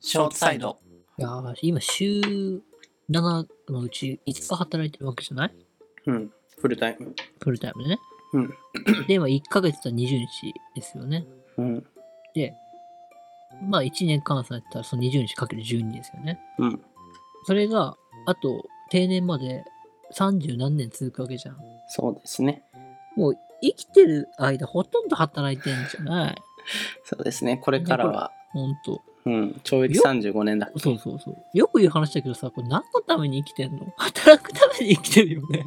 ショートサイド。いやー今週7のうち5日働いてるわけじゃないうん。フルタイム。フルタイムでね。うん。で、今1ヶ月と20日ですよね。うん。で、まあ1年換算やったらその20日かける12ですよね。うん。それが、あと定年まで30何年続くわけじゃん。そうですね。もう生きてる間ほとんど働いてんじゃないそうですね。これからは、ほんと。うん。懲役よ35年だ。そうそうそう。よく言う話だけどさ、これ何のために生きてんの働くために生きてるよね。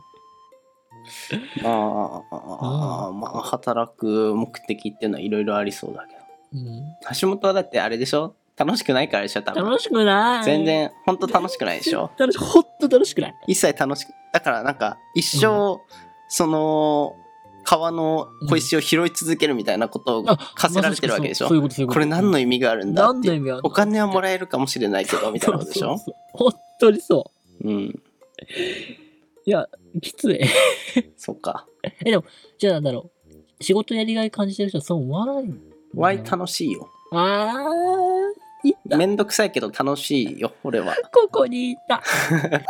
ああ、まあ、働く目的っていうのはいろいろありそうだけど。うん。橋本はだってあれでしょ楽しくないからでしょ多分。楽しくない全然、ほんと楽しくないでしょ楽しく、ほんと楽しくない。一切楽しく、だからなんか、一生、その、川の小石を拾い続けるみたいなことを課せられてるわけでしょ、まさしくそうそういうことそういうこと。これ何の意味があるんだ何ってのい意う。味があるのお金はもらえるかもしれないけど、みたいなことでしょそうそうそう本当にそうん。う。きつい。 そっか。じゃあなんだろう。仕事やりがい感じてる人はそう思わないのワイ楽しいよ。あー、いた。めんどくさいけど楽しいよ、俺 は。ここにいた。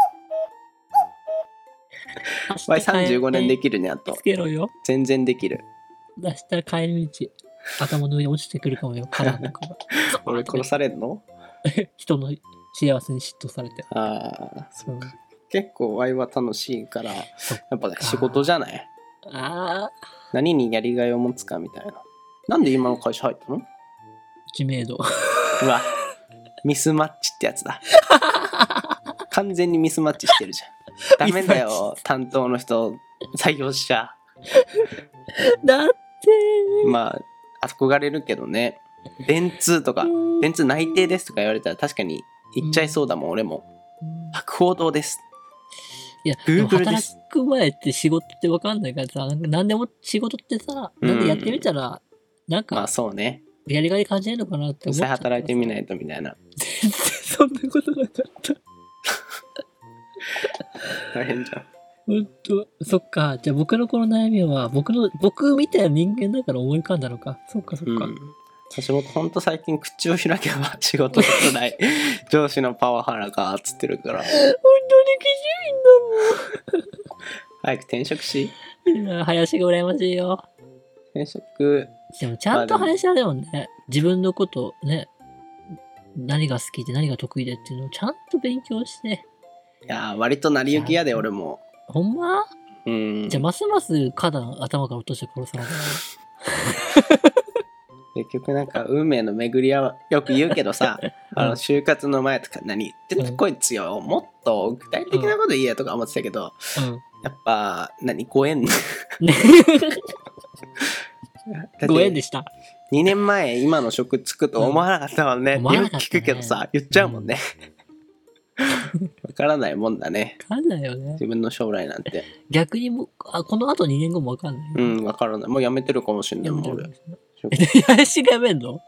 ワイ35年でききるね、あとつ。けろよ。全然できる。明日帰り道。頭の上に落ちてくるかもよ。腹の中が 俺殺されんの人の幸せに嫉妬されて。ああ、うん結構ワイは楽しいから、やそっっぱ仕事じゃないあー、何にやりがいを持つかみたいな。なんで今の会社入 ったの知名度。 うわ、ミスマッチってやつだ。完全にミスマッチしてるじゃん。ダメだミスマッよ、担当の人、採用しちゃ。だってまあ、憧れるけどね。電通とか、うん電通内定ですとか言われたら確かに言っちゃいそうだもん、俺も。博報堂です。いや、 Google でもで働すく前って仕事って分かんないからさ、なんか何でも仕事ってさ、うんなんでやってみたら、なんまあかそうね。やりがい感じるのかなって思っ実ち際ゃった働いてみい。ないとみたいな。全然 そんなことなかった。大変じゃん。本当そっか。じゃあ僕のこの悩みは、僕の、僕みたいな人間だから思い浮かんだのか。そっかそっうか。ん。橋本ほんと最近口を開けば仕事少 ない上司のパワハラかっつってるから本当早く転職しに基準いんだもん。林が羨ましいよ。転職でもちゃんとまあでも林はでもね、自分のことね、何が好きで何が得意でっていうのをちゃんと勉強して、いやー割と成り行きやで俺もほんまうんじ結ゃあ、ますます花壇頭から落として殺さなきゃ局なんか運命の巡りはよく 言うけどさあの就活の前とか何言ってんのこいつよもっと具体的なこと言えとか思ってたけどな。 やっぱ何ご縁だうん。ねってご縁でした。 2年前今の職つくと思わなかったもんね、うんってよく聞くけどさ、思わ言っちゃうもんねわからないもんだねわかんないよね。自分の将来なんて逆にもうあ、この後2年後もわかんない。うんわからないもうやめてるかもしれないやめもてんる俺かもしれない。林がやめんの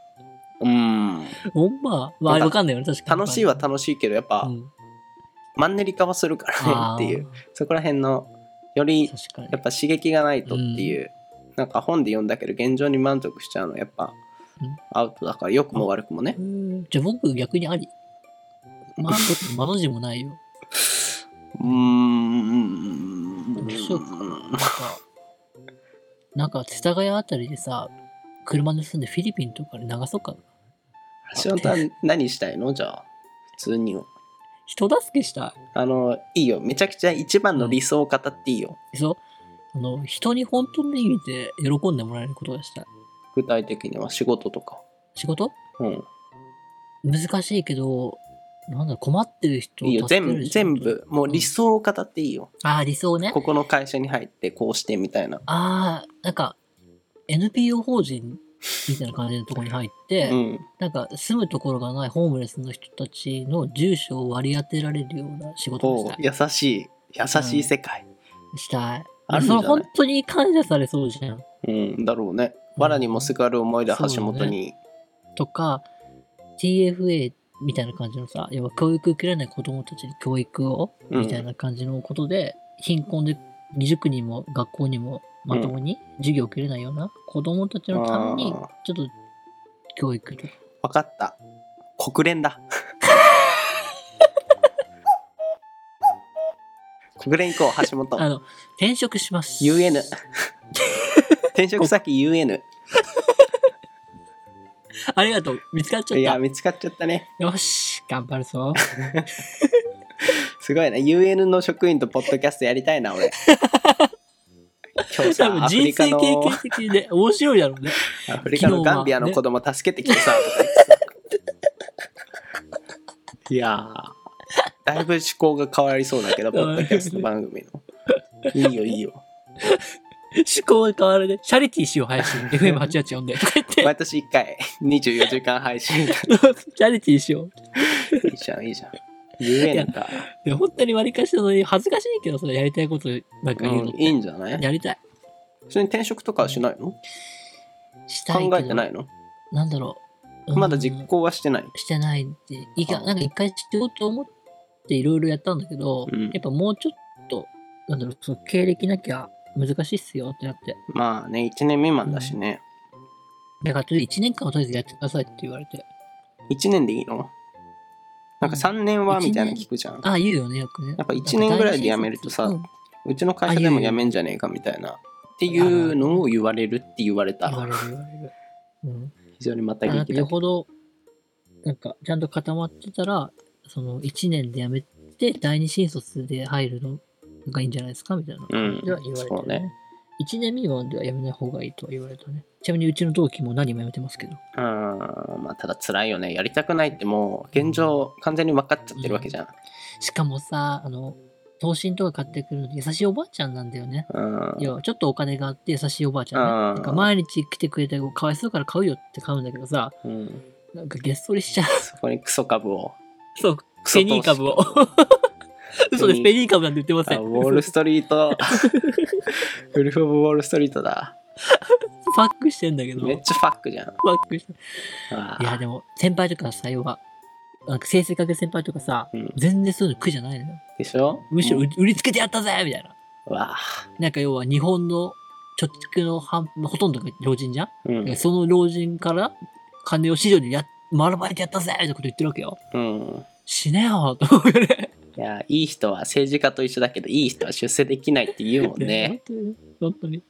うんほんま。まなあ、んかわかんないよね、確かに。楽しいは楽しいけどやっぱ、うんマンネリ化はするからねあーっていうそこら辺のより確かにやっぱ刺激がないとっていう、なんか本で読んだけど現状に満足しちゃうのやっぱうんアウトだから良くも悪くもねうんじゃあ僕逆にあり。まあ、ちょっと間の字もないよ。うーんどうしようかな。なんか、なんか、世田谷あたりでさ、車盗んでフィリピンとかに流そうかな。橋本は何したいのじゃあ普通に人助けしたい。あのいいよめちゃくちゃ一番の理想を語っていいよ、そう。あの、人に本当の意味で喜んでもらえることがしたい。具体的には仕事とか仕事うん難しいけど、なんだろう、困ってる人をいいよ助け全る部仕事全。部もう理想を語っていいよ、ああ、理想ね。ここの会社に入ってこうしてみたいなああ、なんか、NPO 法人みたいな感じのところに入って、うんなんか住むところがないホームレスの人たちの住所を割り当てられるような仕事をおうしたい。優しい優しい世界、したい。あるんじそゃれない本当に感謝されそうじゃん。うん、だろうね藁にもすがる思いでそうだね橋本に、とか TFA みたいな感じのさ要は教育受けられない子どもたちに教育をうんみたいな感じのことで、貧困で塾にも学校にもまともに授業を受けれないような子どもたちのためにあーちょっと教育とか 分かった国連だ国連行こう、橋あ本。の、転職します。 UN。転職先 UN。ありがとう。見つかっちいゃや、っ見つかっちゃったね。た。よし、頑張 るぞ。すごいな。UN の職員とポッドキャストやりたいな、 俺。今日多さ、分アフリ人カ生経の、験 的で面白いだろうね。アフリカのガンビアの子供助けてきてさ、とか言ってさ。 いやー、だいぶ思考が変わりそうだけど、ポッドキャスト番組 の。いいよ、いいよ。思考が変わるね。チャリティーしよう、配信。FM884 で。と か 言って。毎年1回、24時間配信。チャリティーしよう。いいじゃん、いいじゃん。UN か。で本当に割り返したのに恥ずかしいけどさ、やりたいことなんかう言うのんっ、ていいんじゃないやりたい。それに転職とかはしないのしたいけど。考えてないのなんだろう。まだうん実行はしてない。してないんで、いかあなんか一回しようと思っていろいろやったんだけど、うんやっぱもうちょっと、なんだろう、その経歴なきゃ難しいっすよってなって。まあね、1年未満だしね。だからとりあえず1年間はとりあえずやってくださいって言われて。 1年でいいのなんか3年はみたいなの聞くじゃん。ああ、言うよね、よくね。やっぱ一年ぐらいで辞めるとさうんうちの会社でも辞めんじゃねえかみたいな。っていうのを言われるって言われた言わら、れる言われる。うん。非常にまたなん激かだよほど、なんかちゃんと固まってたら、その1年で辞めて、第二新卒で入るのがいいんじゃないですかみたいな感じでは言われてうんそうる、ね1年未満では辞めない方がいいとは言われたね。ちなみにうちの同期も何も辞めてますけど。うん、まあただ辛いよね。やりたくないってもう現状完全に分かっちゃってるわけじゃん。しかもさ、あの、投信とか買ってくるの優しいおばあちゃんなんだよね。うん。要はちょっとお金があって優しいおばあちゃんね。あーなんか毎日来てくれてかわいそうから買うよって買うんだけどさ、うん、なんかげっそりしちゃう。 そこにクソ株を。そう、クフソェニー株を。 嘘です、フェニー株なんて言ってませあん。ウォールストリー ト。ウルフ・オブ・ウォールストリートだ。 ファックしてんだけど、フめァっちゃファックじゃん。ックして。あいや、でも、先輩とかさ、要は、なんか成績かけ先輩とかさ、うん、全然そういうの苦じゃないのよ。でしょむしろ、ううん売りつけてやったぜみたいな。わあ、なんか要は、日本の貯蓄の半ほとんどが老人じゃんうだんからその老人から金を市場にや丸まいてやったぜってこと言ってるわけよ。うん。死ねよと思うよね。いや、いい人は政治家と一緒だけど、いい人は出世できないって言うもんね。 本当に。本当に。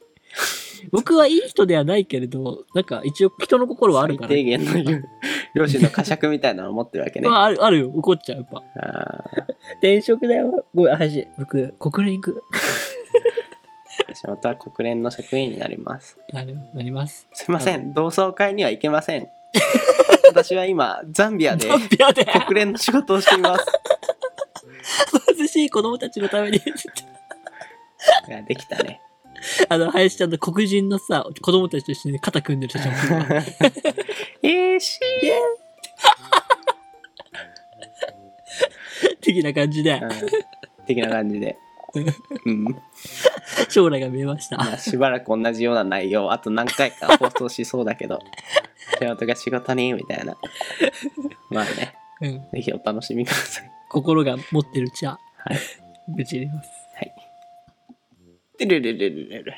僕はいい人ではないけれど、なんか一応人の心はあるから。最低限の言う両親の呵責みたいなのを持ってるわけね。まあ、ある、あるよ。怒っちゃう、やっぱ。あ転職だよ。ごめん、話。僕、国連行く。ー橋本は国連の職員になります。なる、なります。すいませはん、同窓会には行けませ ん。私は今、ザンビアでゾンビアで、国連の仕事をしています。貧しい子供たちのために、 いや、できたね。あの、林ちゃんの黒人のさ、子供たちと一緒に肩組んでる人たち もいるわえー、し的な感じでー、、うん、的な感じ で。うん。将来が見えました。まあ、しばらく同じような内容、あと何回か放送しそうだ けど、仕事が仕事に、みたいな。まあね、うん。ぜひお楽しみください。心が持ってるうちは、 はい。ぶち入れます。はい。てるるるるるる。